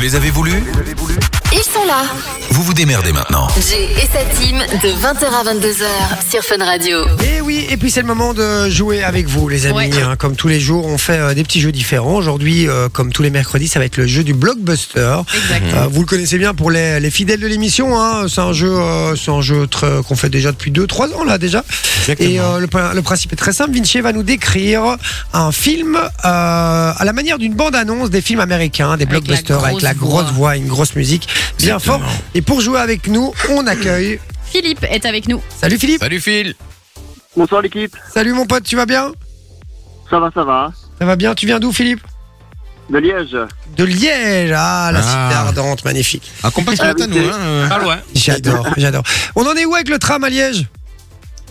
les avez voulus Ils sont là. Vous vous démerdez maintenant. Jay et sa team de 20h à 22h sur Fun Radio. Et Eh oui, et puis c'est le moment de jouer avec vous, les amis. Ouais. hein. Comme tous les jours, on fait euh, des petits jeux différents. Aujourd'hui, euh, comme tous les mercredis, ça va être le jeu du blockbuster. Exact. Euh, vous le connaissez bien pour les, les fidèles de l'émission. Hein. C'est un jeu, euh, c'est un jeu très- qu'on fait déjà depuis 2-3 ans là déjà. Et euh, le, prin- le principe est très simple. Vinci va nous décrire un film euh, à la manière d'une bande-annonce des films américains, des Avec la blockbusters, avec grosse la grosse voix. voix, une grosse musique, bien fort. Et pour jouer avec nous, on accueille. Philippe est avec nous. Salut Philippe. Salut Phil Bonsoir l'équipe, Salut mon pote, tu vas bien ça va, ça va. Ça va bien Tu viens d'où Philippe De Liège, Euh, De Liège, ah la Ah. cité ardente, magnifique. Un compas sur Ah la oui, tanoue, c'est- hein, euh. Pas loin. J'adore, j'adore. On en est où avec le tram à Liège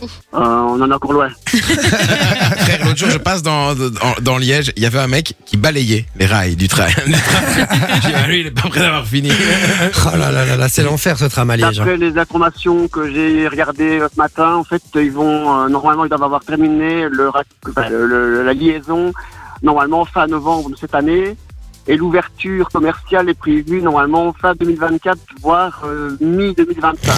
Euh, on en est encore loin. Frère, l'autre jour, je passe dans, dans, dans Liège, il y avait un mec qui balayait les rails du train. Du train. J'ai dit, ah, lui, il est pas prêt d'avoir fini. Oh là là là là, c'est l'enfer ce tram à Liège. hein. D'après les informations que j'ai regardées euh, ce matin, en fait, ils vont euh, normalement ils doivent avoir terminé le, rac- enfin, le- le- la liaison normalement fin novembre de cette année et l'ouverture commerciale est prévue normalement fin 2024 voire euh, mi 2025.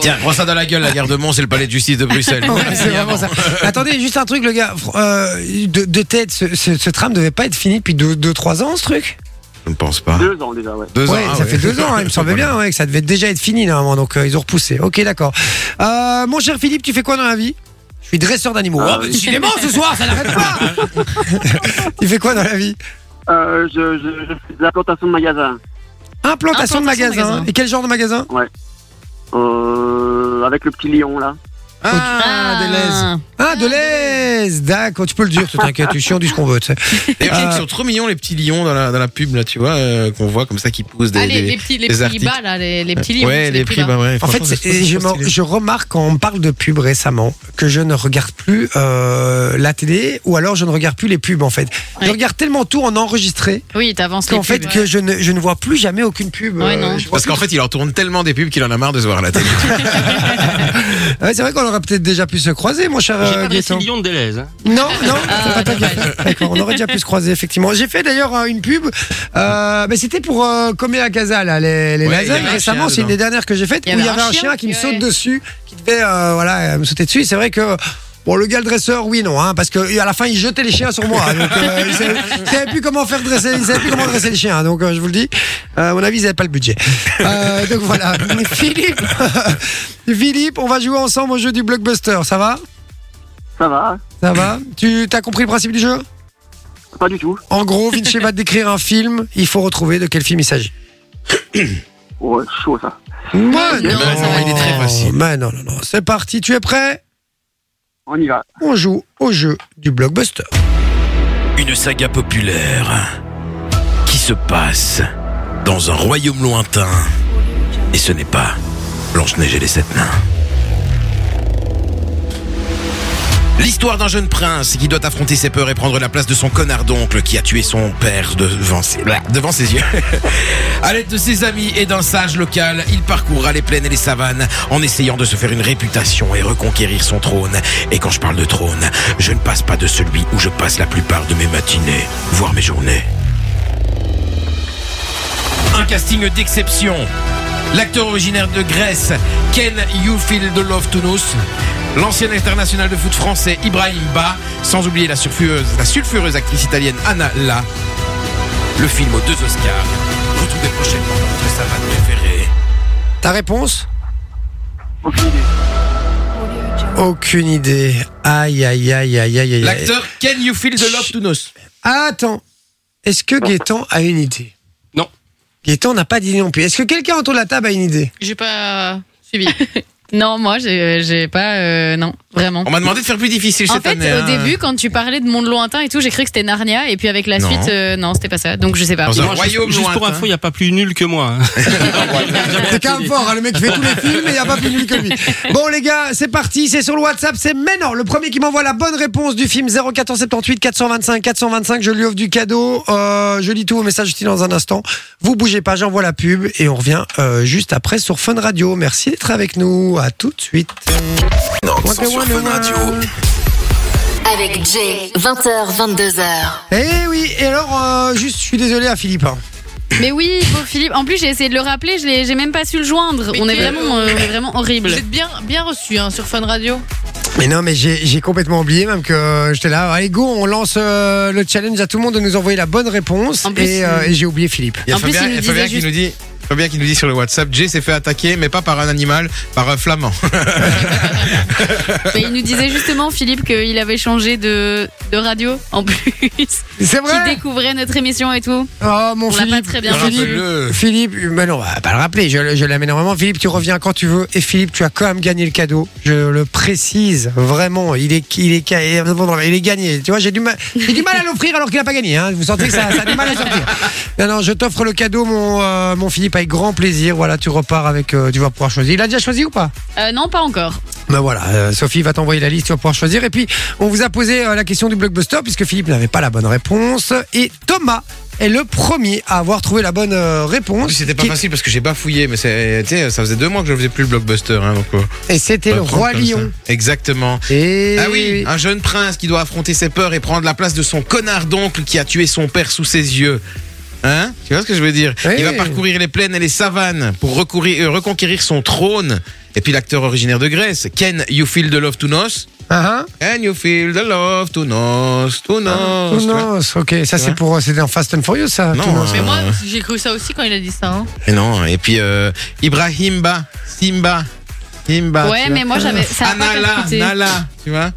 Tiens, prends ça dans la gueule, la gare de Mons et le palais de justice de Bruxelles. Ouais, c'est vraiment ça. Attendez, juste un truc, le gars. fr- euh, de, de tête, ce, ce- ce tram devait pas être fini depuis 2-3 ans, ce truc Je ne pense Ah. pas. Deux ans déjà, ouais. Deux Ouais, ah ça fait 2 ans, hein, il me semblait bien ouais, que ça devait déjà être fini normalement, donc euh, ils ont repoussé. Ok, d'accord. Euh, mon cher Philippe, tu fais quoi dans la vie Je suis dresseur d'animaux. Ah Oh, oui. mais décidément, ce soir, ça n'arrête pas Tu fais quoi dans la vie Euh, je, je, je fais de la plantation de magasin Implantation, de, Implantation de magasin. magasin. Et quel genre de magasin euh, avec le petit lion là. Ah, des lèzes. Ah, de l'aise D'accord, tu peux le dire, tu t'inquiètes, tu chiant, on dit ce qu'on veut. tu sais. D'ailleurs, je trouve Ah. qu'ils sont trop mignons, les petits lions dans la, dans la pub, là, tu vois, euh, qu'on voit comme ça, qui poussent des. Ah, les, des- les petits, les des prix articles. bas, là, les, les hein. petits livres. Ouais, c'est les prix, bas. bah ouais. En fait, franchement, c'est- je, je trouve ça trop me- stylé. je remarque quand on me parle de pub récemment que je ne regarde plus euh, la télé ou alors je ne regarde plus les pubs en fait. Je Ouais. regarde tellement tout en enregistré Oui, t'avances les qu'en fait pubs. que je ne, je ne vois plus jamais aucune pub. euh, Ouais, non. je vois Parce qu'en fait, il en tourne tellement des pubs qu'il en a marre de se voir à la télé. plus. Ah Ouais, c'est vrai qu'on aurait peut-être déjà pu se croiser, mon cher J'ai euh, pas Gaëtan. de millions de Deleuze. hein. Non, non, Ah, c'est pas toi qui as fait. D'accord, on aurait déjà pu se croiser, effectivement. J'ai fait d'ailleurs euh, une pub, euh, mais c'était pour euh, Comé à Casa, là, les, les Ouais, lasers. il y avait un Récemment, chien c'est une des dernières que j'ai faites où il y avait un chien qui me ouais. saute dessus, qui devait euh, voilà, euh, me sauter dessus. Et C'est vrai que. Bon, le gars, le dresseur, oui, non, hein, parce que à la fin, il jetait les chiens sur moi. Donc, euh, il, savait, il savait plus comment faire dresser, il savait plus comment dresser les chiens. Donc, euh, je vous le dis, euh, à mon avis, ils n'avaient pas le budget. Euh, donc voilà. Philippe, Philippe, on va jouer ensemble au jeu du blockbuster. Ça va Ça va ça va Tu t'as compris le principe du jeu Pas du tout. En gros, Vinci va te décrire un film, il faut retrouver de quel film il s'agit. Ouais, chaud ça. Mais non, ça va, il est très facile. Mais non, non, non. C'est parti, tu es prêt On y va. On joue au jeu du blockbuster. Une saga populaire qui se passe dans un royaume lointain. Et ce n'est pas Blanche-Neige et les Sept Nains. L'histoire d'un jeune prince qui doit affronter ses peurs et prendre la place de son connard d'oncle qui a tué son père devant ses, blah, devant ses yeux. à l'aide de ses amis et d'un sage local, il parcourra les plaines et les savanes en essayant de se faire une réputation et reconquérir son trône. Et quand je parle de trône, je ne passe pas de celui où je passe la plupart de mes matinées, voire mes journées. Un casting d'exception. L'acteur originaire de Grèce, Ken Youfield de Love L'ancien international de foot français Ibrahim Ba, sans oublier la sulfureuse, la sulfureuse actrice italienne Anna La. Le film aux deux Oscars. Retrouvez prochainement dans votre savane préférée. Ta réponse Aucune idée. Aucune idée. Aïe, aïe, aïe, aïe, aïe, aïe. aïe. L'acteur Ken Youfield de Love Attends, est-ce que Gaëtan a une idée Non. Gaëtan n'a pas d'idée non plus. Est-ce que quelqu'un autour de la table a une idée J'ai pas euh, suivi. non, moi, j'ai j'ai pas. euh, non, vraiment. On m'a demandé de faire plus difficile En cette fait, année. au hein. début, quand tu parlais de monde lointain et tout, j'ai cru que c'était Narnia. Et puis avec la Non. suite, euh, non, c'était pas ça. Donc je sais pas. Dans un Moi, juste- royaume Juste pour lointain. info, il n'y a pas plus nul que moi. hein. C'est quand même fort, hein, le mec qui fait tous les films et il n'y a pas plus nul que lui. Bon les gars, c'est parti, c'est sur le WhatsApp, c'est maintenant. Le premier qui m'envoie la bonne réponse du film 0478 425 425, je lui offre du cadeau. Euh, je lis tous vos messages utiles dans un instant. Vous bougez pas, j'envoie la pub et on revient euh, juste après sur Fun Radio. Merci d'être avec nous, à tout de suite. Nantes sont sur Fun Radio. Avec Jay, 20h, 22h. Eh oui, et alors, euh, juste, je suis désolé à Philippe. hein. Mais oui, pauvre Philippe. En plus, j'ai essayé de le rappeler, je l'ai- j'ai même pas su le joindre. Mais on, est que- vraiment, euh, on est vraiment horrible. Vous êtes bien, bien reçu hein, sur Fun Radio. Mais non, mais j'ai j'ai complètement oublié même que euh, j'étais là. Allez, go, on lance euh, le challenge à tout le monde de nous envoyer la bonne réponse. En plus, et euh, il- et j'ai oublié Philippe. Il y a En plus, Fabien, il nous il y a Fabien disait qui nous dit. Fabien qui nous dit sur le WhatsApp, Jay s'est fait attaquer, mais pas par un animal, par un flamand. Mais il nous disait justement, Philippe, qu'il avait changé de, de radio en plus. Qui C'est vrai découvrait notre émission et tout. Oh, mon On l'a Philippe. pas très bien Philippe, euh, reçu. Rappelle-le. Philippe, mais non, on va pas le rappeler, je, le- je l'amène normalement. Philippe, tu reviens quand tu veux. Et Philippe, tu as quand même gagné le cadeau. Je le précise, vraiment. Il est, il est, ca- il est gagné. Tu vois, j'ai du mal, j'ai du mal à l'offrir alors qu'il n'a pas gagné. hein. Vous sentez que ça, ça a du mal à sortir. Non, non, je t'offre le cadeau, mon, euh, mon Philippe, avec grand plaisir. Voilà, tu repars avec. euh, tu vas pouvoir choisir. Il a déjà choisi ou pas Euh, non, pas encore. Ben voilà, euh, Sophie va t'envoyer la liste, tu vas pouvoir choisir. Et puis, on vous a posé euh, la question du blockbuster, puisque Philippe n'avait pas la bonne réponse. Et Thomas est le premier à avoir trouvé la bonne euh, En réponse. plus, Ah c'était pas Qui- facile parce que j'ai bafouillé, mais c'est- tu sais, ça faisait deux mois que je faisais plus le blockbuster. hein, donc, euh, Et c'était on le va prendre roi comme ça. lion. Exactement. Et Ah oui, un jeune prince qui doit affronter ses peurs et prendre la place de son connard d'oncle qui a tué son père sous ses yeux. Hein Tu vois ce que je veux dire Oui. Il va parcourir les plaines et les savanes pour recourir- euh, reconquérir son trône. Et puis l'acteur originaire de Grèce, Ken, you feel the love to us Ah, Ken, you feel the love to us, to ah. us. Tounos, ok, ça c'est vois pour euh, c'était en Fast and Furious ça. Non, Tounos. euh, Mais moi, j'ai cru ça aussi quand il a dit ça. hein. Et non, et puis euh, Ibrahim Ba, Simba, Simba. ouais, Ah, tu vois. mais moi, j'avais. Ça a pas Anala, percuté. Ah, Nala, tu vois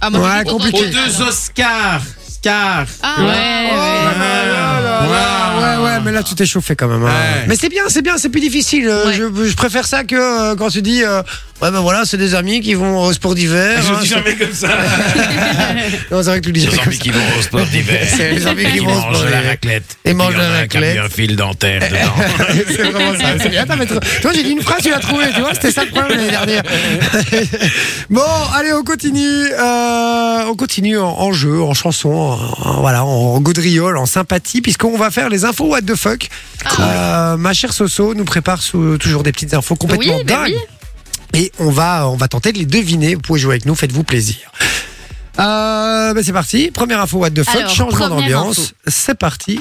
Ah, moi, Ouais, j'ai dit- compliqué. Aux deux Oscars, Scar. Ah, Ouais, ouais. ouais. Ah Ouais, ouais, mais là tu t'es chauffé quand même. hein. Ouais. Mais c'est bien, c'est bien, c'est plus difficile. Euh, Ouais. Je, je préfère ça que euh, quand tu dis, euh, ouais ben voilà, c'est des amis qui vont au sport d'hiver. hein, c'est- jamais comme ça. Non, c'est vrai que tu le dis Les jamais comme zombies ça. qui vont au sport d'hiver. C'est les zombies qui vont au sport mangent la d'hiver. raclette. Et mangent la Il y en a raclette. qui a mis un fil Eh, dentaire dedans. c'est vraiment ça. C'est bien, t'as maître- Tu vois, j'ai dit une phrase, tu l'as trouvée. Tu vois, c'était ça le problème l'année dernière. bon, allez, on continue. euh, on continue en, en jeu, en chanson, en, en- voilà, en gaudriole, en sympathie, puisqu'on va faire les infos what the fuck. Ah, Euh, ma chère Soso nous prépare sous- toujours des petites infos complètement Oui, bah dingues. oui. Et on va, on va tenter de les deviner. Vous pouvez jouer avec nous, faites-vous plaisir. Euh, ben, c'est parti. Première info, what the fuck, Alors, changement première d'ambiance. info. C'est parti.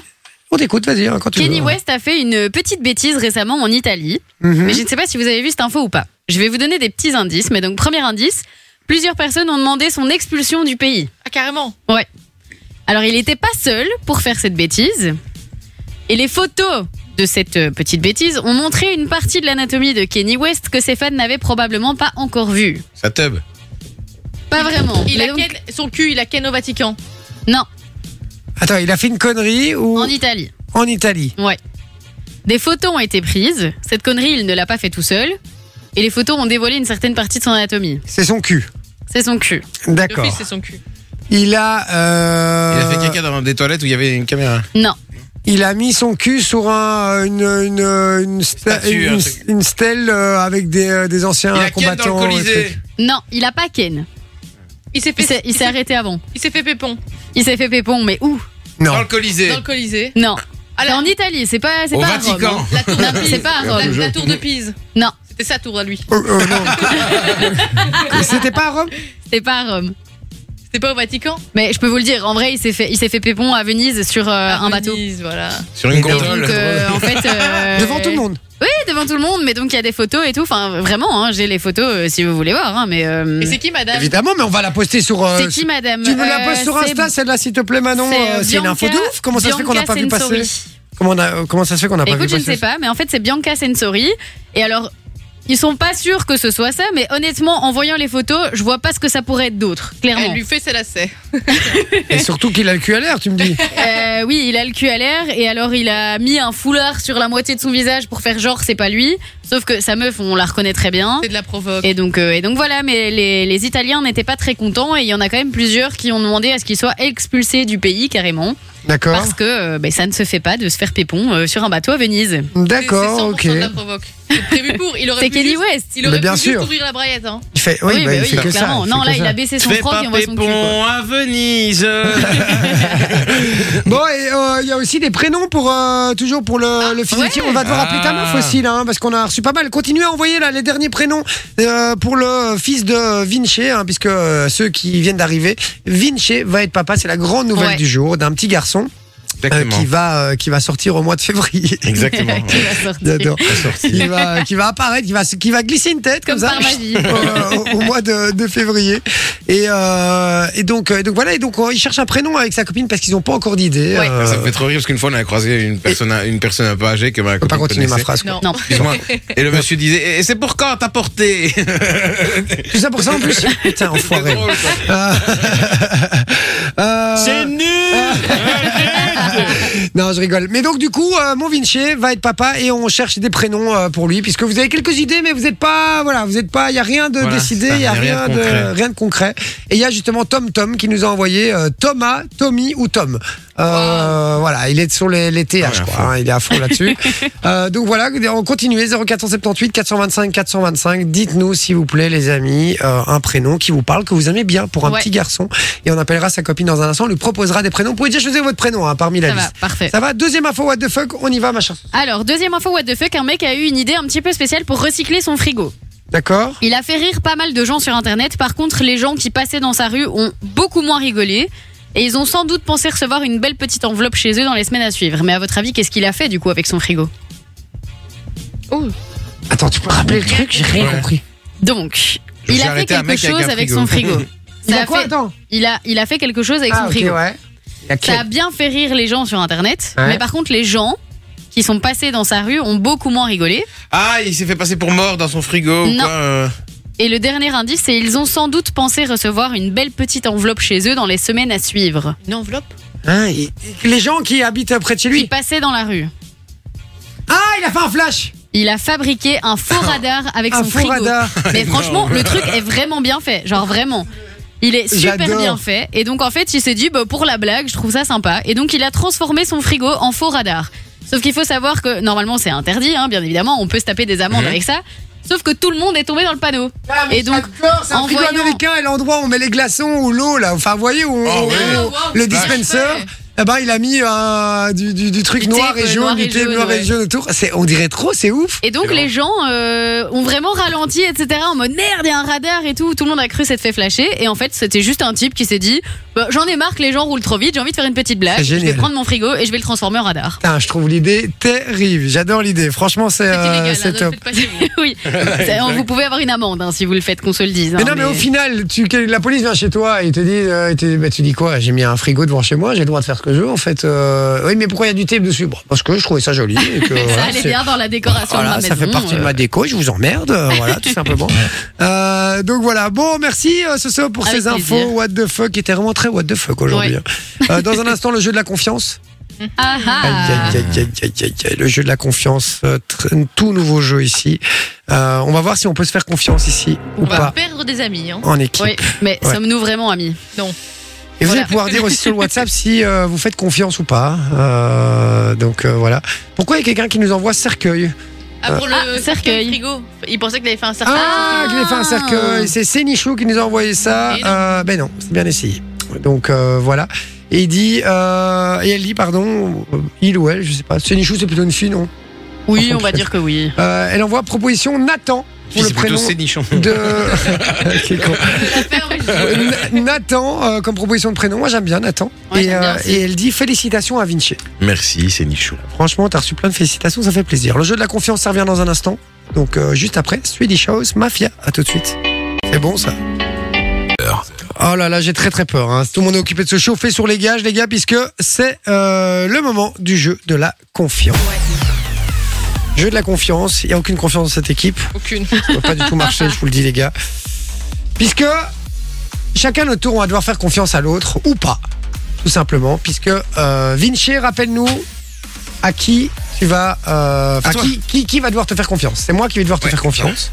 On t'écoute, vas-y, hein, quand tu Kenny veux. West a fait une petite bêtise récemment en Italie. Mhm. Mais je ne sais pas si vous avez vu cette info ou pas. Je vais vous donner des petits indices. Mais donc, premier indice plusieurs personnes ont demandé son expulsion du pays. Ah, carrément. Alors, il n'était pas seul pour faire cette bêtise. Et les photos de cette euh, petite bêtise ont montré une partie de l'anatomie de Kenny West que ses fans n'avaient probablement pas encore vue. eh. Ça teub. Pas vraiment. Il Mais a donc, ken- son cul, il a ken au Vatican. Non, Attends, il a fait une connerie ou en Italie. en Italie Ouais. Des photos ont été prises. Cette connerie, il ne l'a pas fait tout seul. Et les photos ont dévoilé une certaine partie de son anatomie. C'est son cul. C'est son cul. Le fils, D'accord. c'est son cul. Il a, euh, Il a fait caca dans des toilettes où il y avait une caméra. Non. il a mis son cul sur un, une, une, une, sta- Statue, une- un truc. une stèle euh, avec des, euh, des anciens Il a ken dans combattants. le et Colisée. trucs. Non, il a pas Ken. Il s'est Il s'est- fait, Il s'est arrêté avant. il s'est fait pépon Il s'est fait pépon, mais où Dans Non. le Colisée. dans le Colisée. Non. Alors- C'est en Italie, c'est pas, c'est Au pas à Vatican. Rome. La tour Non, de Pise. c'est pas à La, Rome. la tour de Pise. Non. C'était sa tour à lui. Oh, oh, non. C'était pas à Rome C'est pas à Rome. C'était pas au Vatican. Mais je peux vous le dire, en vrai, il s'est fait, il s'est fait pépon à Venise sur euh, un bateau. Venise, voilà. Sur une Et donc, gondole. Donc, euh, en fait, euh, Devant tout le monde. Oui, devant tout le monde, mais donc il y a des photos et tout. Enfin, vraiment, hein, j'ai les photos euh, si vous voulez voir. hein, mais euh, Et c'est qui, madame Évidemment, mais on va la poster sur. euh, c'est qui, madame tu me la Euh, postes sur c'est- Insta, celle-là, s'il te plaît, Manon. c'est, euh, euh, C'est une info de Bianca- ouf. Comment ça se fait qu'on n'a Bianca pas vu passer Sensori. comment, on a- euh, comment ça se fait qu'on n'a pas vu Écoute, je passer ne sais ça pas, mais en fait, c'est Bianca Sensori. Et alors, ils sont pas sûrs que ce soit ça, mais honnêtement, en voyant les photos, je vois pas ce que ça pourrait être d'autre, Elle clairement. lui fait ses lacets. Et surtout qu'il a le cul à l'air, tu me dis. Euh, oui, il a le cul à l'air et alors il a mis un foulard sur la moitié de son visage pour faire genre c'est pas lui. Sauf que sa meuf, on la reconnaît très bien. C'est de la provoque. Et donc, euh, et donc voilà, mais les, les Italiens n'étaient pas très contents et il y en a quand même plusieurs qui ont demandé à ce qu'il soit expulsé du pays carrément D'accord. parce que euh, ben, ça ne se fait pas de se faire pépon euh, sur un bateau à Venise. C'est- c'est D'accord, 100% ok. de la provoque. C'est prévu pour. Il aurait C'est pu Kenny juste- West. Il aurait Mais bien pu sûr. juste ouvrir la braillette. Hein. Il fait, oui, oui, bah, bah il oui, fait que ça. clairement. il non, fait là, que il ça. a baissé son Fais froc pas et on voit son cul. quoi. pépon à Venise. Euh, Bon, et euh, il y a aussi des prénoms pour euh, toujours pour le, le physique. On va devoir Ah. appeler ta meuf aussi là, hein, parce qu'on a reçu pas mal. Continuez à envoyer là les derniers prénoms euh, pour le fils de Vinci, hein, puisque euh, ceux qui viennent d'arriver, Vinci va être papa. C'est la grande nouvelle Ouais. du jour d'un petit garçon. euh, Exactement. qui, va, euh, qui va sortir au mois de février. Exactement. ouais. qui va sortir. J'adore. Qui va, qui va apparaître, qui va, se- qui va glisser une tête comme, Comme ça. par magie. euh, au, au mois de, de février. Et, euh, et donc, euh, donc voilà, et donc euh, il cherche un prénom avec sa copine parce qu'ils n'ont pas encore d'idée. Ouais. euh, Ça me fait trop rire parce qu'une fois on a croisé une personne, une personne un peu âgée que ma je peux pas copine continuer ma connaissait. phrase. quoi. Non. Non. Excuse-moi. Et le monsieur disait, et c'est pour quand t'as porté Tout ça pour ça en plus Putain, enfoiré. Euh, euh, nul non, je rigole. Mais donc, du coup, euh, mon Vinci va être papa et on cherche des prénoms euh, pour lui, puisque vous avez quelques idées, mais vous n'êtes pas. Voilà, vous n'êtes pas. Il n'y a rien de Voilà, décidé, ça, il n'y a y a rien, rien de de, concret. rien de concret. Et il y a justement Tom Tom qui nous a envoyé euh, Thomas, Tommy ou Tom. Euh, Voilà, il est sur les, les TH, Ouais, quoi, hein, il est à fond là-dessus. Euh, donc voilà, on continue 0478 425 425. Dites-nous, s'il vous plaît, les amis, euh, un prénom qui vous parle, que vous aimez bien pour un Ouais. petit garçon. Et on appellera sa copine dans un instant, on lui proposera des prénoms. Vous pouvez déjà choisir votre prénom hein, parmi la Ça va, liste. parfait. Ça va Deuxième info, what the fuck On y va, machin. Alors, deuxième info, what the fuck, un mec a eu une idée un petit peu spéciale pour recycler son frigo. D'accord Il a fait rire pas mal de gens sur Internet. Par contre, les gens qui passaient dans sa rue ont beaucoup moins rigolé. Et ils ont sans doute pensé recevoir une belle petite enveloppe chez eux dans les semaines à suivre. Mais à votre avis, qu'est-ce qu'il a fait du coup avec son frigo Attends, tu peux rappeler le truc Ah, J'ai rien Ouais. compris. Donc, Je me il suis a fait arrêté à un quelque mec avec chose un avec frigo. son frigo. Il Ça a a quoi fait- Attends. Il a, il a fait quelque chose avec Ah, son ok, frigo. ouais. Il a Ça a quel- bien fait rire les gens sur Internet. Ouais. Mais par contre, les gens qui sont passés dans sa rue ont beaucoup moins rigolé. Ah, il s'est fait passer pour mort dans son frigo ou Non. quoi euh. Et le dernier indice, c'est ils ont sans doute pensé recevoir une belle petite enveloppe chez eux dans les semaines à suivre. Une enveloppe Hein, il- Les gens qui habitent près de chez Qui lui. passaient dans la rue. Ah, il a fait un flash Il a fabriqué un faux radar avec Un son faux frigo. radar. Mais franchement, le truc est vraiment bien fait. Genre vraiment. Il est super J'adore. bien fait. Et donc en fait, il s'est dit, bah, pour la blague, je trouve ça sympa. Et donc il a transformé son frigo en faux radar. Sauf qu'il faut savoir que normalement c'est interdit, hein, bien évidemment, on peut se taper des amendes avec ça. Sauf que tout le monde est tombé dans le panneau. Ah, Et donc, C'est un en frigo voyant- américain et l'endroit où on met les glaçons ou l'eau, là. Enfin, vous voyez, où on- Oh, où- ouais. où- le dispenser. Eh ben, il a mis euh, du, du- du truc Du noir tape, et euh, jaune, noir du et tape jaune, noir et ouais. jaune autour. C'est- On dirait trop, c'est ouf. Et donc C'est les gens euh, ont vraiment ralenti, etc. En mode merde, il y a un radar et tout. Tout le monde a cru s'être fait flasher. Et en fait, c'était juste un type qui s'est dit Bah, j'en ai marre que les gens roulent trop vite. J'ai envie de faire une petite blague. C'est Je génial. vais prendre mon frigo et je vais le transformer en radar. Putain, je trouve l'idée terrible. J'adore l'idée. Franchement, c'est C'est euh, illégal, c'est hein, ne le top. faites pas chez vous. oui. C'est- vous pouvez avoir une amende hein, si vous le faites, qu'on se le dise. Mais hein, non, mais au final, tu, que- la police vient chez toi et il te dit, euh, il te- bah, tu dis quoi J'ai mis un frigo devant chez moi, j'ai le droit de faire ce que je veux en fait. Euh, oui, mais pourquoi il y a du tape dessus Bon, Parce que je trouvais ça joli. Et que, Ça voilà, allait c'est- bien dans la décoration Voilà, de ma maison. ça fait partie de euh, ma déco, je vous emmerde, euh, voilà, tout simplement. Euh, donc voilà, bon, merci euh, Soso pour Avec ces infos. plaisir. What the fuck, qui était vraiment très what the fuck aujourd'hui. hein. Euh, dans un instant, le jeu de la confiance. Ah, ah. Aïe, aïe, aïe, aïe, aïe, aïe, le jeu de la confiance, euh, tr- un tout nouveau jeu ici. Euh, on va voir si on peut se faire confiance ici ou On va pas perdre des amis. Hein. en équipe. Oui, mais Ouais. sommes-nous vraiment amis Et vous Voilà. allez pouvoir dire aussi sur le WhatsApp si euh, vous faites confiance ou pas. Euh, donc euh, voilà. Pourquoi il y a quelqu'un qui nous envoie cercueil Ah, pour Ah, le cercueil. frigo. Il pensait que avait fait un cercueil. Ah, qu'il ait fait un cercueil. C'est Sénichou qui nous a envoyé ça. Mais non. Euh, ben non, c'est bien essayé. Donc euh, voilà. Et il dit, euh, et elle dit, pardon, euh, il ou elle, je sais pas. Sénichou, c'est plutôt une fille, non Par Oui, on contre, va dire que oui. Euh, Elle envoie proposition Nathan pour le C'est plutôt prénom Sénichon. de. Quel con. cercueil. Na- Nathan euh, comme proposition de prénom. Moi j'aime bien Nathan. Ouais, et, j'aime bien euh, aussi. et elle dit félicitations à Vinci. Merci, Sénichon. Franchement, t'as reçu plein de félicitations, ça fait plaisir. Le jeu de la confiance, ça revient dans un instant. Donc, euh, juste après, Swedish House, Mafia. À tout de suite. C'est bon, ça Oh là là, j'ai très très peur. hein. Tout le monde est occupé de se chauffer sur les gages, les gars, puisque c'est euh, le moment du jeu de la confiance. Jeu de la confiance. Il n'y a aucune confiance dans cette équipe. Aucune. Ça va pas du tout marcher, je vous le dis, les gars. Puisque chacun notre tour, on va devoir faire confiance à l'autre ou pas, tout simplement. Puisque euh, Vinci, rappelle-nous à qui tu vas. euh, enfin, toi. qui, qui, qui va devoir te faire confiance C'est moi qui vais devoir te Ouais. faire confiance.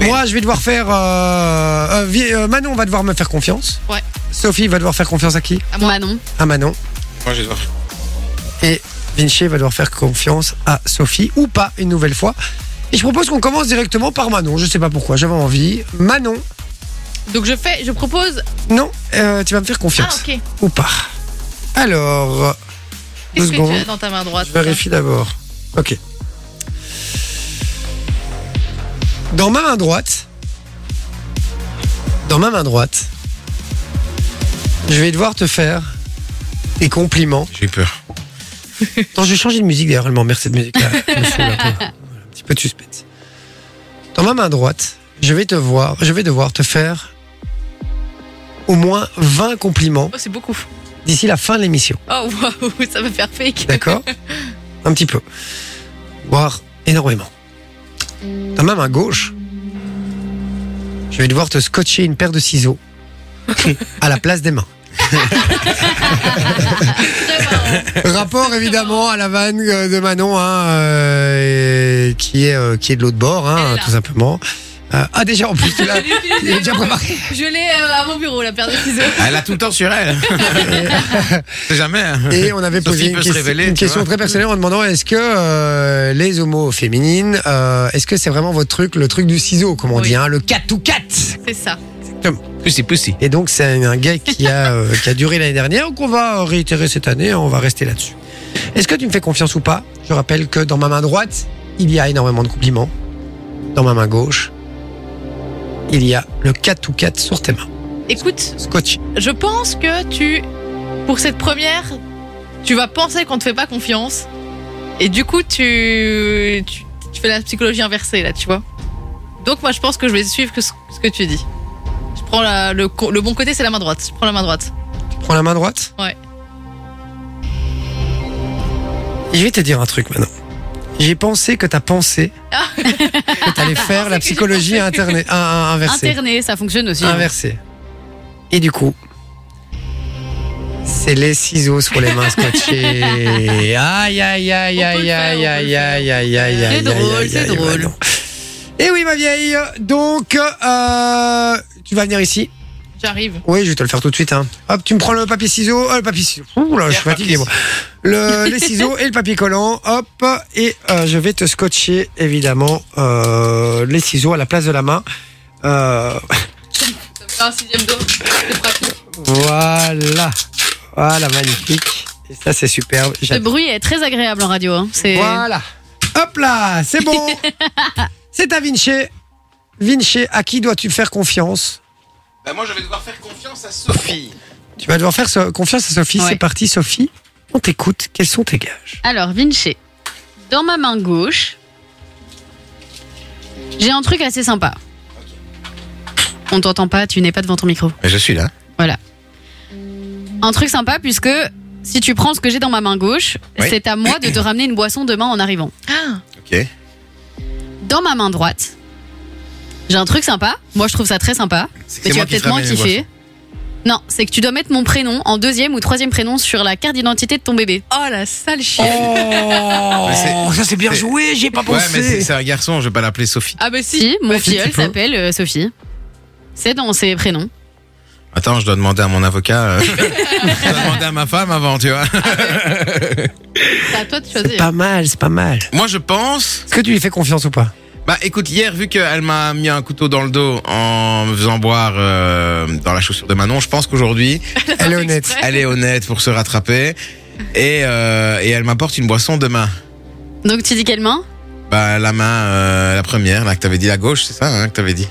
Moi, je vais devoir faire. euh, euh, Vi- euh, Manon va devoir me faire confiance. Ouais. Sophie va devoir faire confiance à qui Manon. À Manon. Moi, j'ai devoir- Vinci va devoir faire confiance à Sophie ou pas une nouvelle fois. Et je propose qu'on commence directement par Manon. Je sais pas pourquoi, j'avais envie. Manon, Donc je fais, je propose. non, euh, tu vas me faire Ah confiance ok. ou pas. Alors, euh, deux Qu'est-ce que tu secondes. as dans ta main droite Je vérifie d'abord. Ok. Dans ma main droite, dans ma main droite, je vais devoir te faire et compliments. J'ai eu peur. Attends, je vais changer de musique d'ailleurs, elle m'emmerde cette musique. là. Elle me saoule un peu. Voilà, un petit peu de suspense. Dans ma main droite, je vais te voir, je vais devoir te faire au moins 20 compliments Oh, c'est beaucoup. d'ici la fin de l'émission. Oh, waouh, ça va faire fake. D'accord Un petit peu. Voire énormément. Dans ma main gauche, je vais devoir te scotcher une paire de ciseaux à la place des mains. Très marrant. Rapport évidemment à la vanne euh, de Manon, hein, euh, et qui, est, euh, qui est de l'autre bord, hein, Elle est là. tout simplement. Euh, ah déjà, en plus, tu l'as tu l'as déjà préparé. Je l'ai euh, à mon bureau, la paire de ciseaux. Ah, Elle a tout le temps sur elle. C'est jamais. hein. Et on avait Sophie posé une, peut se question- révéler, une tu question vois. très personnelle en demandant est-ce que euh, les homos féminines, euh, est-ce que c'est vraiment votre truc, le truc du ciseau, comme on Oui. dit, hein, le 4 ou 4 C'est ça. Pussy, pussy. Et donc c'est un gag qui a, euh, qui a duré l'année dernière ou qu'on va euh, réitérer cette année, on va rester là-dessus. Est-ce que tu me fais confiance ou pas Je rappelle que dans ma main droite, il y a énormément de compliments. Dans ma main gauche, il y a le 4 ou 4 sur tes mains. Écoute, Scotch. je pense que tu, pour cette première, tu vas penser qu'on te fait pas confiance. Et du coup, tu, tu, tu fais la psychologie inversée, là, tu vois. Donc, moi, je pense que je vais suivre que ce, ce que tu dis. Je prends la- le, co- le bon côté, c'est la main droite. Je prends la main droite. Tu prends la main droite Ouais. Je vais te dire un truc maintenant. J'ai pensé que t'as pensé Ah. que t'allais faire la que j'ai psychologie interne- un- un- inversée. Interné, ça fonctionne aussi. Inversé. Et du coup, c'est les ciseaux sur les mains scotchées. Aïe, aïe, aïe, aïe, On peut le aïe, faire, on peut le aïe, aïe, faire. aïe, aïe, aïe, aïe. drôle, aïe, c'est aïe, aïe, drôle. bah non. Eh oui, ma vieille. Donc, euh, tu vas venir ici. J'arrive. Oui, je vais te le faire tout de suite. hein. Hop, tu me prends le papier ciseau. euh, le papier ciseau. Ouh là, je suis fatigué. moi. Le, les ciseaux et le papier collant. Hop, et euh, je vais te scotcher évidemment euh, les ciseaux à la place de la main. Euh, Ça me fait un sixième dos. C'est pratique. Voilà. Voilà, magnifique. Et ça, c'est superbe. Le J'adore. bruit est très agréable en radio. hein. C'est Voilà. Hop là, c'est bon. c'est à Vinci. Vinci, à qui dois-tu faire confiance Bah, moi, je vais devoir faire confiance à Sophie. Tu vas devoir faire so- confiance à Sophie. Ouais. C'est parti, Sophie. On t'écoute. Quels sont tes gages Alors, Vinci, dans ma main gauche, j'ai un truc assez sympa. On t'entend pas, tu n'es pas devant ton micro. Je suis là. Un truc sympa puisque si tu prends ce que j'ai dans ma main gauche, Oui. c'est à moi de te ramener une boisson demain en arrivant. Ah, Ok. Dans ma main droite, j'ai un truc sympa. Moi, je trouve ça très sympa. C'est Mais tu moi vas qui te peut-être moins ramène les kiffer. Non, c'est que tu dois mettre mon prénom en deuxième ou troisième prénom sur la carte d'identité de ton bébé. oh la sale chienne. Oh, Oh, c'est- Oh, ça c'est bien c'est- joué, j'ai pas boissons. Ouais, mais c'est- c'est un garçon, je vais pas l'appeler Sophie. Ah, bah si. Si, mon Bah, si, filleul tu peux. s'appelle euh, Sophie. C'est dans ses prénoms. Attends, je dois demander à mon avocat. euh, je dois demander à ma femme avant, tu vois. C'est à toi de C'est choisir. pas mal, c'est pas mal. Moi, je pense Est-ce que tu lui fais confiance ou pas Bah écoute, hier, vu qu'elle m'a mis un couteau dans le dos en me faisant boire euh, dans la chaussure de Manon, je pense qu'aujourd'hui, Elle est honnête. elle est honnête pour se rattraper. Et, euh, et elle m'apporte une boisson demain. Donc tu dis quelle main Bah la main, euh, la première, là que t'avais dit, la gauche, c'est ça hein, que t'avais dit.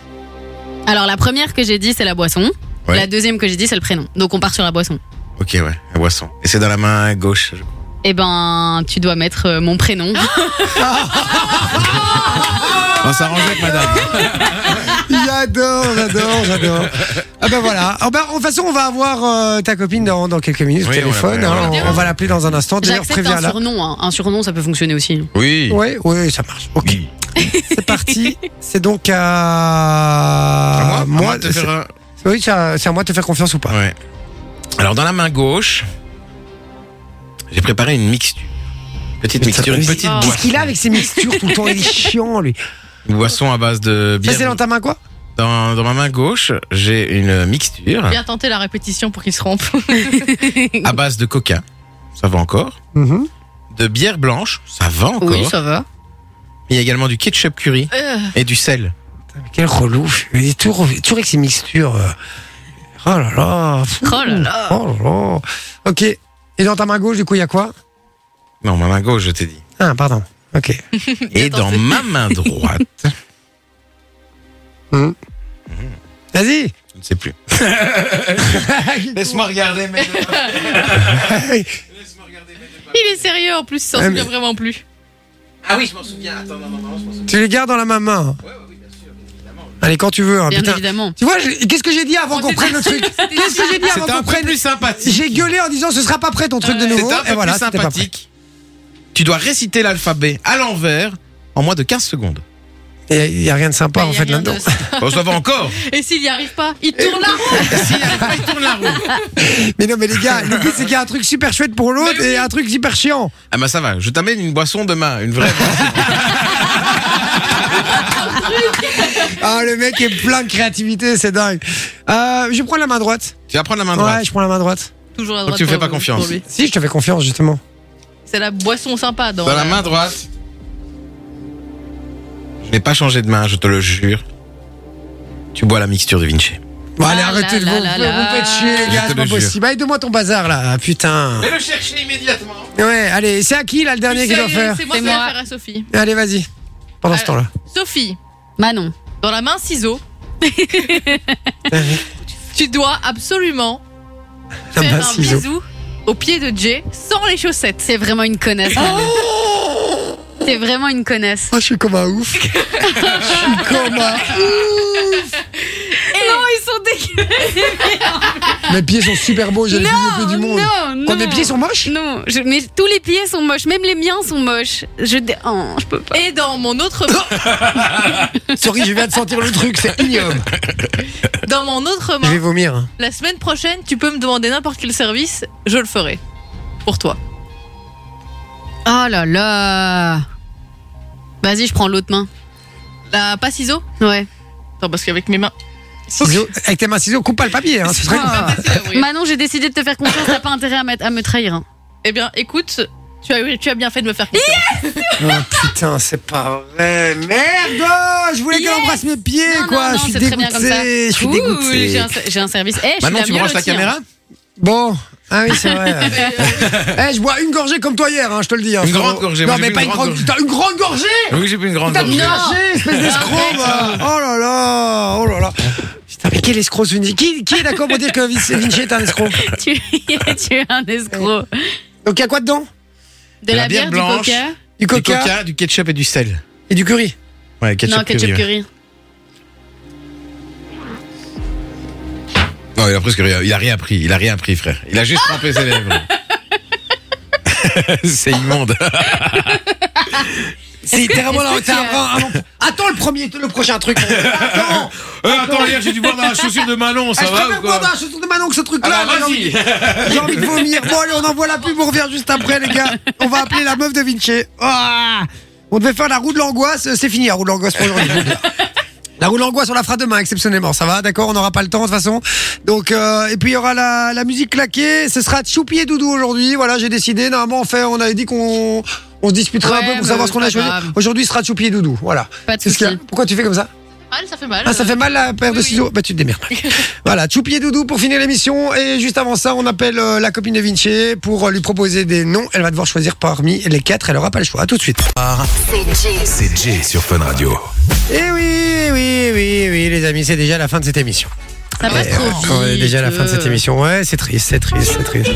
Alors la première que j'ai dit c'est la boisson. Ouais. La deuxième que j'ai dit c'est le prénom. Donc on part sur la boisson. Ok, ouais, la boisson. Et c'est dans la main gauche. je crois. Eh ben tu dois mettre euh, mon prénom. Ah On s'arrange avec madame. J'adore, j'adore, j'adore. Ah ben voilà. Ah ben, de toute façon, on va avoir euh, ta copine dans, dans quelques minutes au Oui, on téléphone. l'appelle, on hein. l'appelle. on, va l'appeler dans un instant. D'ailleurs, J'accepte un préviens-la. surnom. hein. Un surnom ça peut fonctionner aussi. Oui. Oui, oui, ça marche. Ok, Oui. c'est parti. C'est donc À à moi, à Euh, moi de te faire un- c'est- Oui, c'est à c'est à moi de te faire confiance ou pas. Ouais. Alors dans la main gauche, j'ai préparé une mixture. Petite mixture, une petite Qu'est-ce boisson. qu'il a avec ses mixtures tout le temps Il est chiant, lui. Une boisson à base de Ça, bière. c'est dans ta main quoi Dans, dans ma main gauche, j'ai une mixture Bien tenter la répétition pour qu'il se rampe. à base de coca, ça va encore. Mhm. De bière blanche, ça va encore. Oui ça va. Il y a également du ketchup curry Euh, et du sel. Putain, mais Quel relou. Il est toujours, toujours avec ses mixtures. euh. Oh là là. Oh là là. Oh là là. Ok. Et dans ta main gauche, du coup, il y a quoi Non, ma main gauche, je t'ai dit. Ah, pardon. Ok. Et dans ma main droite, Mhm. Vas-y. Je ne sais plus. Laisse-moi regarder, mais. Laisse-moi regarder, mais. Il est sérieux en plus, il s'en Ouais, souvient mais- vraiment plus. Ah oui, je m'en souviens. Attends, non, non, non, je m'en souviens. Tu les gardes dans la main. main. Ouais, ouais, oui, bien sûr, évidemment. Allez, quand tu veux. hein, Bien putain. évidemment. Tu vois, je- qu'est-ce que j'ai dit avant qu'on prenne le truc Qu'est-ce que j'ai dit avant C'était un qu'on peu prenne plus sympathique. J'ai gueulé en disant ce sera pas prêt ton truc de nouveau. C'était un et peu voilà, plus c'était pas prêt. sympathique. Tu dois réciter l'alphabet à l'envers en moins de 15 secondes. Et Il y a rien de sympa Bah, Il en y a fait rien là-dedans. Eh de- Bon, ça va encore. Et s'il n'y arrive pas, il tourne la roue. Il tourne la roue. Mais non, mais les gars, le but c'est qu'il y a un truc super chouette pour l'autre et un truc super chiant. Ah bah ça va, je t'amène une boisson demain, une vraie. Ah, le mec est plein de créativité, c'est dingue. Euh, je prends la main droite. tu vas prendre la main Ouais, droite. je prends la main droite. Toujours la Donc Oh, droite. tu me fais pour- pas confiance. pour lui. Si, je te fais confiance justement. C'est la boisson sympa dans. Dans la main droite. Je n'ai pas changé de main, je te le jure. Tu bois la mixture de Vinci. Bon, allez, Ah arrêtez là de vous, là vous, là vous là. faites chier, les Je gars, te c'est le pas jure. possible. Allez, donne-moi ton bazar là, putain. le chercher immédiatement. Ouais, allez, c'est à qui là le dernier qui doit faire C'est moi qui C'est vais moi. faire à Sophie. Allez, vas-y. Pendant ce Euh, temps-là. Sophie, Manon. dans la main ciseau, tu dois absolument La faire main un ciseau. bisou au pied de Jay sans les chaussettes. C'est vraiment une connasse. Manon. C'est vraiment une connasse. Oh, je suis comme un ouf. je suis comme un Eh Non, ils sont dégueulasses. Mes pieds sont super beaux, j'ai les plus beaux pieds du monde. Non, Oh, non. Quoi, mes pieds sont moches Non, je- mais tous les pieds sont moches, même les miens sont moches. Je, dé- oh, je peux Ah. pas. Et dans mon autre main, Sorry, je viens de sentir le truc, c'est ignoble. dans mon autre Je vais main, vomir. hein. la semaine prochaine, tu peux me demander n'importe quel service, je le ferai. Pour toi. Oh là là. Vas-y, je prends l'autre main. La pas ciseau Ouais. Attends, parce qu'avec mes mains. Ciseaux- Avec tes mains ciseaux, coupe pas le papier, hein, ce serait cool. Ah. C'est la vraie. Manon, j'ai décidé de te faire confiance, t'as pas intérêt à, m'être- à me trahir. hein. Eh bien, écoute, tu as, tu as bien fait de me faire confiance. Oh, putain, c'est pas vrai. Merde oh, Je voulais Yes qu'elle embrasse mes pieds, Non, Eh, quoi. non, non, je suis c'est très bien comme ça. dégoûté. Je suis Ouh, J'ai dégoûté. un, j'ai un service. Eh, je suis Maintenant, la tu mieux branches la lotie, hein. caméra Bon. Ah oui, c'est vrai. Eh, je bois une gorgée comme toi hier, hein, je te le dis. hein, Une frérot. grande gorgée, Non, moi, j'ai mais bu pas une une grande grande Putain, une grande gorgée Oui, j'ai pris une grande T'as gorgée. gâché, espèce d'escroc, va. Oh là là Oh là là Putain, mais quel escroc, ce Vinci qui, qui est d'accord pour dire que Vinci Vinci est un escroc Tu, tu es un escroc. Donc, il y a quoi dedans De la, bière, blanche, du coca Du Du coca, coca, du ketchup et du sel. et du curry. Ouais, ketchup, Non, ketchup curry. curry. Non, il a presque rien. Il a rien pris. Il a rien pris, frère. Il a juste trempé ses lèvres. C'est immonde. Si, t'es vraiment là, t'es un brin- un enfant. Attends le premier, le prochain truc. Attends. Euh, attends, hier, j'ai dû boire dans la chaussure de Malon, Ah, je préfère boire dans la chaussure de Manon que ce Ah truc-là. bah, j'ai envie- J'ai envie de vomir. Bon, allez, on envoie la pub, on revient juste après, les gars. On va appeler la meuf de Vinci. Ah on devait faire la roue de l'angoisse. C'est fini, la roue de l'angoisse pour aujourd'hui. je vous le dis. La roue de l'angoisse, on la fera demain, exceptionnellement. Ça va, d'accord On n'aura pas le temps, de toute façon. Donc, euh, et puis, il y aura la, la musique claquée. Ce sera Choupi et Doudou aujourd'hui. Voilà, j'ai décidé. Normalement, on, fait, on avait dit qu'on on se disputerait un Ouais, peu pour mais savoir ce c'est qu'on a pas choisi. grave. Aujourd'hui, ce sera Choupi et Doudou. Voilà. Pas de C'est ce qu'il y a. souci. Pourquoi tu fais comme ça Ah, ça fait mal. ah, ça fait mal la paire de oui, oui. ciseaux Bah, tu te démerdes. voilà, Choupi et Doudou pour finir l'émission. Et juste avant ça, on appelle euh, la copine de Vinci pour euh, lui proposer des noms. Elle va devoir choisir parmi les quatre. Elle aura pas le choix. À tout de suite. C'est Jay. C'est Jay sur Fun Radio. Et oui, eh oui, eh oui, eh oui, les amis, c'est déjà la fin de cette émission. Ça passe Eh, trop vite. ouais, déjà la fin de cette euh. émission. Ouais, c'est triste, c'est triste, c'est triste.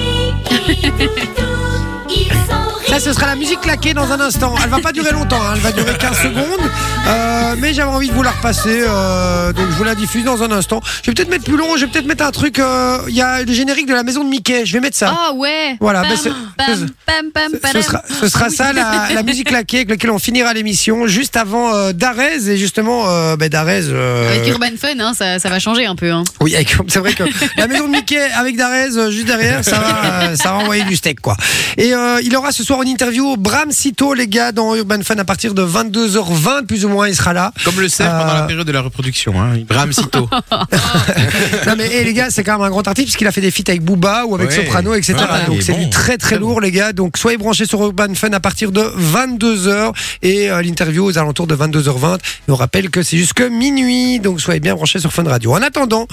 Ça, ce sera la musique claquée dans un instant. Elle va pas durer longtemps, hein, elle va durer 15 secondes. Euh, mais j'avais envie de vous la repasser, euh, donc je vous la diffuse dans un instant. Je vais peut-être mettre plus long, je vais peut-être mettre un truc. euh, Il y a le générique de la maison de Mickey, je vais mettre ça. Ah ouais. Voilà, Pam, bah, c'est- pam, pam, pam, Ce pam. sera, ce sera ça la, la musique claquée avec laquelle on finira l'émission juste avant euh, Darez et justement euh, ben, Darez euh, Avec Urban Fun, hein, ça, ça va changer un peu. Hein. Oui, avec- c'est vrai que la maison de Mickey avec Darez euh, juste derrière, ça va, euh, ça va envoyer du steak quoi. Et euh, il aura ce soir une interview Bram Sito les gars dans Urban Fun à partir de 22h20 plus ou moins, il sera là. Comme le cerf pendant Euh, la période de la reproduction. Hein. Il brame sitôt. Non mais eh, les gars, c'est quand même un grand artiste puisqu'il a fait des feats avec Booba ou avec Ouais. Soprano etc. Ouais, il Donc est c'est bon. du très très Très bon. lourd les gars. Donc soyez branchés sur Urban Fun à partir de 22h et euh, l'interview aux alentours de 22h20. Et on rappelle que c'est jusque minuit, donc soyez bien branchés sur Fun Radio. En attendant.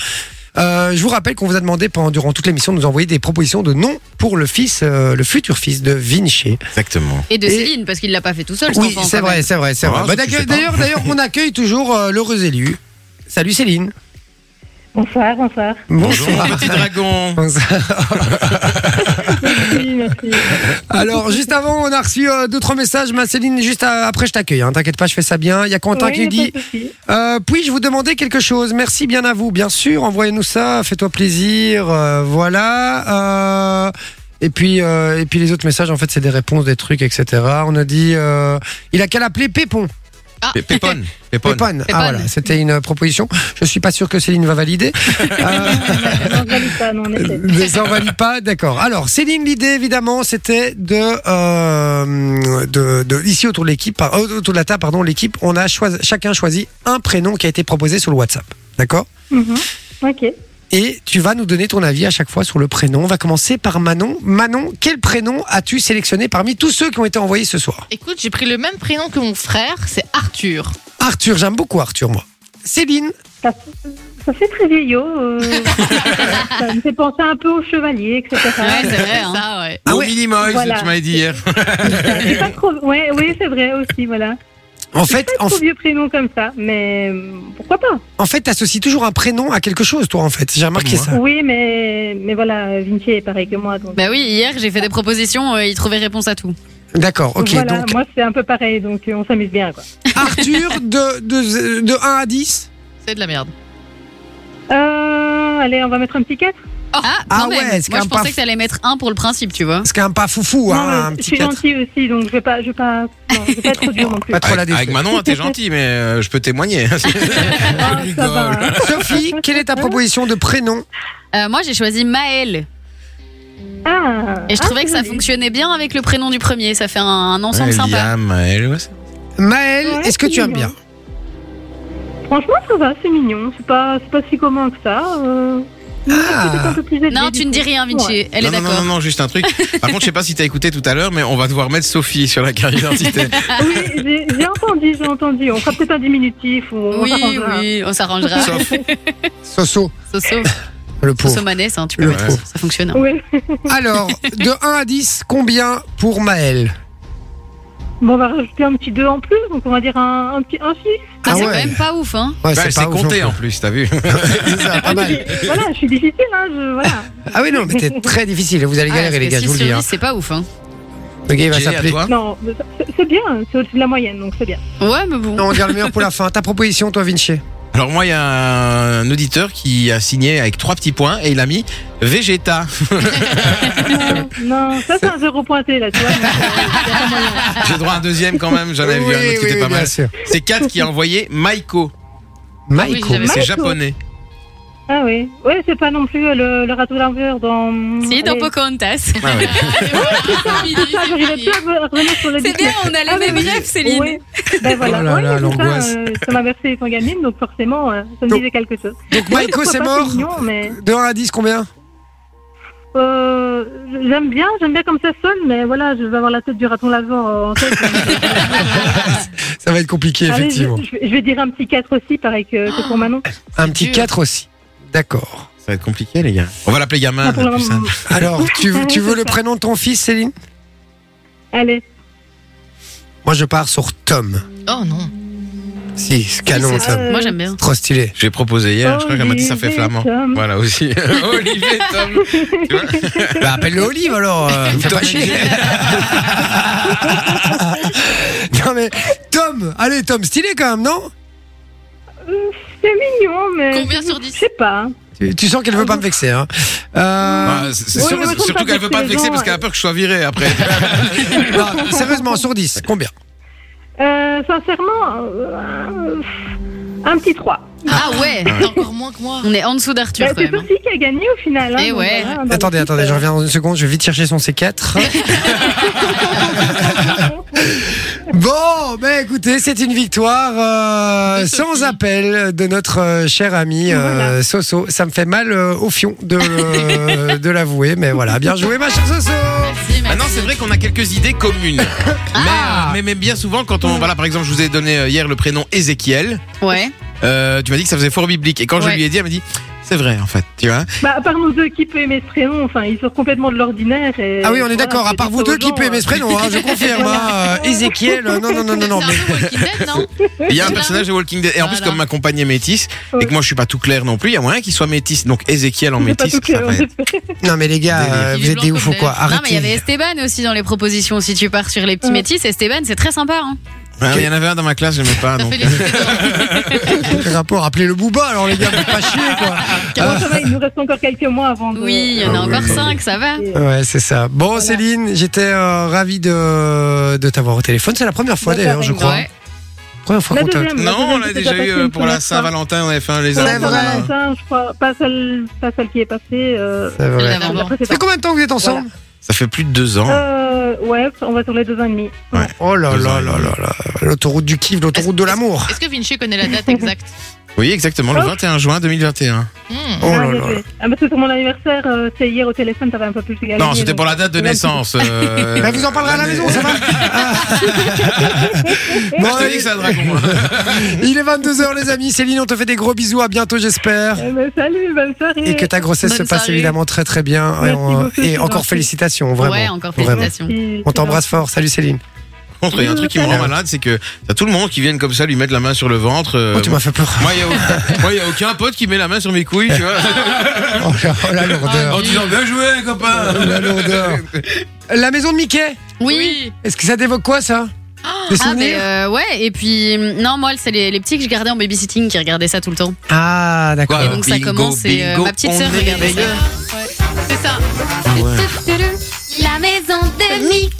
Euh, je vous rappelle qu'on vous a demandé pendant durant toute l'émission de nous envoyer des propositions de noms pour le fils, euh, le futur fils de Vinci. Exactement. Et de Et- Céline, parce qu'il l'a pas fait tout seul. cet Oui, enfant, c'est quand vrai, même. c'est vrai, c'est Ah, vrai. ça, Bah, tu d'accueil- sais pas. D'ailleurs, d'ailleurs, on accueille toujours euh, l'heureux élu. Salut Céline. Bonsoir, bonsoir. Bonjour, petit dragon. Oui, merci. Alors, juste avant, on a reçu euh, deux, trois messages. Ma Céline, juste à- après, je t'accueille. hein. T'inquiète pas, je fais ça bien. Il y a Quentin Oui, qui nous y a dit pas de souci. euh, Puis-je vous demander quelque chose Merci bien à vous. Bien sûr, envoyez-nous ça. Fais-toi plaisir. euh, voilà. euh, et, puis, euh, et puis, les autres messages, en fait, c'est des réponses, des trucs, etc. On a dit euh, Il a qu'à l'appeler Pépon. Ah. Pé- Pépone. Pépone. Pépone. Ah, Pépone. voilà, c'était une proposition. Je suis pas sûr que Céline va valider. Euh, Non, je valide pas, non, en effet. ne s'en valide Euh, pas, d'accord. Alors, Céline, l'idée, évidemment, c'était de, euh, de, de- Ici, autour de l'équipe, par- euh, autour de la table, pardon, l'équipe, on a choisi, chacun choisi un prénom qui a été proposé sur le WhatsApp. D'accord Mhm. Ok. Et tu vas nous donner ton avis à chaque fois sur le prénom. On va commencer par Manon. Manon, quel prénom as-tu sélectionné parmi tous ceux qui ont été envoyés ce soir Écoute, j'ai pris le même prénom que mon frère, c'est Arthur. Arthur, j'aime beaucoup Arthur, moi. Céline, Ça, ça fait très vieillot. euh, ça me fait penser un peu au chevalier, etc. Ouais, c'est vrai, hein. Ça, ouais. Ah Au ouais. Minimoys, Voilà. tu m'avais dit hier. C'est pas trop. Ouais, oui, c'est vrai aussi, voilà. en fait, Pas en, trop vieux prénom comme ça, mais euh, pourquoi pas en fait, t'associes toujours un prénom à quelque chose, toi, en fait. J'ai remarqué moi. ça. Oui, mais mais voilà, Vinci est pareil que moi, donc. Bah oui, hier j'ai fait des propositions, euh, il trouvait réponse à tout. D'accord, ok. voilà, donc, moi c'est un peu pareil, donc euh, on s'amuse bien, quoi. Arthur, de, de, de 1 à 10 C'est de la merde. Euh, allez, on va mettre un petit 4 ah, Ah quand même. ouais, c'est Moi quand même je pas pensais que t'allais mettre un pour le principe, tu vois. C'est quand même pas foufou, hein, un je petit suis 4. gentille aussi, donc je vais pas, je vais pas, non, je vais pas être trop dur non plus. Pas trop la Avec, avec défaite. Manon, t'es gentil, mais euh, je peux témoigner. Ah, ça va, hein. Sophie, quelle est ta proposition de prénom Euh, moi j'ai choisi Maël Ah, et je ah, trouvais que ça joli. fonctionnait bien avec le prénom du premier, ça fait un, un ensemble Ouais, sympa. Liam, elle, ouais, c'est- Maël, Ouais, est-ce que c'est tu aimes mignon. bien Franchement, ça va, c'est mignon. C'est pas, c'est pas si commun que ça. euh. Mais Ah, c'est un peu plus élevé, Non, du tu ne coup. dis rien, Vinci, Ouais. elle non, est non, non, d'accord. non, non, juste un truc. Par contre, je sais pas si t'as écouté tout à l'heure, mais on va devoir mettre Sophie sur la carte d'identité. Oui, j'ai- j'ai entendu, j'ai entendu. On fera peut-être un diminutif ou on Oui, s'arrangera. oui, on s'arrangera. Sauf Soso, Soso, le pauvre. Soso Manès, hein, tu peux Le mettre, pauvre. ça fonctionne. hein. Ouais. Alors, de 1 à 10, combien pour Maël Bon, on va rajouter un petit 2 en plus, donc on va dire un, un petit 1 6. Ah, Ah c'est ouais. quand même pas ouf, hein. Ouais, Bah, pas c'est ouf, compté non en plus, t'as vu plus. C'est ça, pas mal. Voilà, je suis difficile, hein, je, voilà. Ah oui, non, mais t'es très difficile. Vous allez Ah, galérer, parce les que gars, je 6 vous le sur dis. hein. 10, c'est pas ouf, hein. Le gars, il va Jay, à s'appeler. toi Non, mais c'est- c'est bien, c'est au-dessus de la moyenne, donc c'est bien. Ouais, mais bon. Non, on garde le meilleur pour la fin. Ta proposition, toi, Vinci Alors moi, il y a un auditeur qui a signé avec trois petits points et il a mis Vegeta. Non, non, ça c'est un zéro pointé, là, tu vois. donc, Ah, euh, bah, c'est pas moyen. J'ai droit à un deuxième quand même, j'en avais vu bah, un autre qui était pas mal. sûr. C'est Kat qui a envoyé Maiko, Maïko. j'avais- c'est Maiko. japonais. Ah oui, ouais, c'est pas non plus euh, le, le râteau d'envers dans. bah, Si, dans Allez. Pocahontas. Ah ouais. Ah, Ça, j'arrivais plus à me- à revenir sur le C'est bien, on a la Ah, même oui. rêve, Céline. Ouais. Ben voilà, Oh là Ouais, là, c'est l'angoisse. ça, euh, ça m'a versé les gamine, donc forcément, euh, ça me Donc- disait quelque chose. Donc, Ouais, Maïko, pourquoi c'est pas, mort. mignon, mais De 1 à 10, combien euh, j'aime bien, j'aime bien comme ça sonne, mais voilà, je vais avoir la tête du raton laveur euh, en tête. Ça va être compliqué, Allez, je, effectivement. je vais- je vais dire un petit 4 aussi, pareil que, que pour Manon. Un petit dur. 4 aussi. D'accord. Ça va être compliqué, les gars. On va l'appeler gamin. Ah, pour c'est le plus moment. simple. Alors, tu, Ouais, tu veux c'est le ça. prénom de ton fils, Céline Allez, Moi, je pars sur Tom. Oh non. Si, c'est canon, c'est ça. euh, Moi, j'aime bien. Trop stylé. J'ai proposé hier, je crois qu'elle m'a dit ça fait Olivier flamand. Tom. Voilà aussi. Olivier Tom. Tu vois Bah, appelle-le Olive alors. euh, fais Tom pas chier. et Jerry. non, mais Tom, allez, Tom, stylé quand même, non c'est mignon, mais. Combien sur 10 Je sais pas. tu, tu sens qu'elle veut pas me vexer. Hein. Euh, Bah, c'est- c'est Ouais, sûr- mais moi, je trouve surtout pas qu'elle que veut pas te les vexer gens, parce qu'elle a peur que je sois viré après. non, bah, sérieusement, sur 10, combien Euh, sincèrement, euh, un petit 3. Ah ouais. T'es encore moins que moi. On est en dessous d'Arthur Bah, quand c'est même. Sophie qui a gagné au final. hein, Eh donc ouais. voilà, dans le Attendez, titre, attendez, je euh, reviens dans une seconde, je vais vite chercher son C4. bon, ben écoutez, c'est une victoire euh, De Sophie. sans appel de notre euh, cher ami euh, Voilà. Soso. Ça me fait mal euh, au fion de, euh, de l'avouer, mais voilà, bien joué ma chère Soso Bah, Maintenant, Ah c'est vrai qu'on a quelques idées communes. Mais, euh, Ah. mais, mais bien souvent, quand on. Voilà, par exemple, je vous ai donné euh, hier le prénom Ézéchiel. Ouais. Euh, tu m'as dit que ça faisait fort biblique. Et quand je Ouais. lui ai dit, elle m'a dit. Ça c'est vrai en fait, tu vois. Bah, à part nous deux qui peut aimer ce prénom, enfin, ils sortent complètement de l'ordinaire. et- Ah oui, on voilà, est d'accord, à c'est part des euh, vous deux qui slogans, pouvez aimer ce prénom, hein, je confirme. hein, euh, Ézéchiel, euh, non, non, non, non, non. mais- C'est un peu Walking Dead, non Il y a un Voilà. personnage de Walking Dead. Et en plus, Voilà. comme ma compagne est métisse, et Ouais. que moi je suis pas tout clair non plus, il y a moyen qu'il soit métisse. Donc Ézéchiel en euh, c'est pas métisse, tout ça clair, va être- Non, mais les gars, Délire. euh, Il vous est êtes des blanc ouf ou comme quoi neige. Arrêtez. Ah. Non, mais il y avait Esteban aussi dans les propositions. Si tu pars sur les petits Ouais. métis, Esteban, c'est très sympa. hein. Ouais, mais Il y en avait un dans ma classe, j'aimais Ah, pas. Ça Donc... fait les cheveux d'or. Quel rapport Appelez le Booba, alors les gars, vous pas chier, quoi. Bon, ça va, il nous reste encore quelques mois avant. de- Oui, Hein il y en a Ah oui. encore cinq, ça va. Ouais, c'est ça. Bon, Céline, j'étais euh, ravi de, de t'avoir au téléphone. C'est la première fois, Bonne d'ailleurs, je soirée. crois. Ouais. Première fois La qu'on t'a- deuxième, la Non, on deuxième, l'a c'est déjà passé eu euh, une pour la première fois. Saint-Valentin, on avait fait un les C'est Pour la vrai. Saint-Valentin, je crois. Pas celle, pas celle qui est passée. Euh, C'est vrai. La la d'avant. Ça fait précédente. combien de temps que vous êtes ensemble Ça fait plus de deux ans. Ah. Euh, ouais, on va sur les deux ans et demi. Oh là Deux ans là et là demi. là là. L'autoroute du kiff, l'autoroute de l'amour. Est-ce que Vinci connaît la date exacte Oui, exactement, Ah. le Oh. 21 juin 2021. Hmm. Oh Ah, là je là. sais. Ah, mais c'est pour mon anniversaire, euh, c'est hier au téléphone, t'avais un peu plus galéré. Non, c'était pour la date de Même naissance. euh, Bah, vous en parlerez à la l'année- maison, ça va Moi, Bon, je te dis que ça dragon. Il est 22h, les amis. Céline, on te fait des gros bisous. À bientôt, j'espère. Eh ben, salut, bonne soirée. Et que ta grossesse Bonne se passe soirée. évidemment très très bien. et Merci on- beaucoup, et c'est encore gentil. félicitations, vraiment. Ouais, encore Vraiment. félicitations. Et- On t'embrasse fort. Salut Céline. Par contre, il y a un truc qui me rend malade, c'est que t'as tout le monde qui viennent comme ça lui mettre la main sur le ventre. euh, Oh, tu m'as fait peur. Moi, il n'y a, moi, y a aucun pote qui met la main sur mes couilles, tu vois. Oh là, oh la lourdeur. en disant, bien joué, copain. Oh la lourdeur. La maison de Mickey, Oui. est-ce que ça t'évoque quoi ça Des Ah, mais souvenirs euh, ouais, et puis, hum, non, moi, c'est les, les petits que je gardais en babysitting qui regardaient ça tout le temps. Ah, d'accord. Quoi Et donc, ça Bingo, commence, et euh, bingo, ma petite on sœur est regardait ça. meilleurs. C'est ça. La maison de Mickey.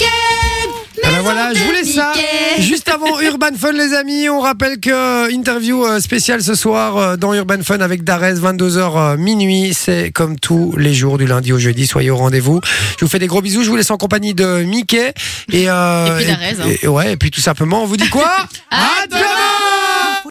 Ah ben voilà, je voulais ça. Juste avant Urban Fun, les amis, on rappelle que interview euh, spéciale ce soir euh, dans Urban Fun avec Darès, 22h euh, minuit. C'est comme tous les jours du lundi au jeudi. Soyez au rendez-vous. Je vous fais des gros bisous. Je vous laisse en compagnie de Mickey et, euh, Et puis Darès, hein. et- et- ouais, et puis tout simplement, on vous dit quoi À demain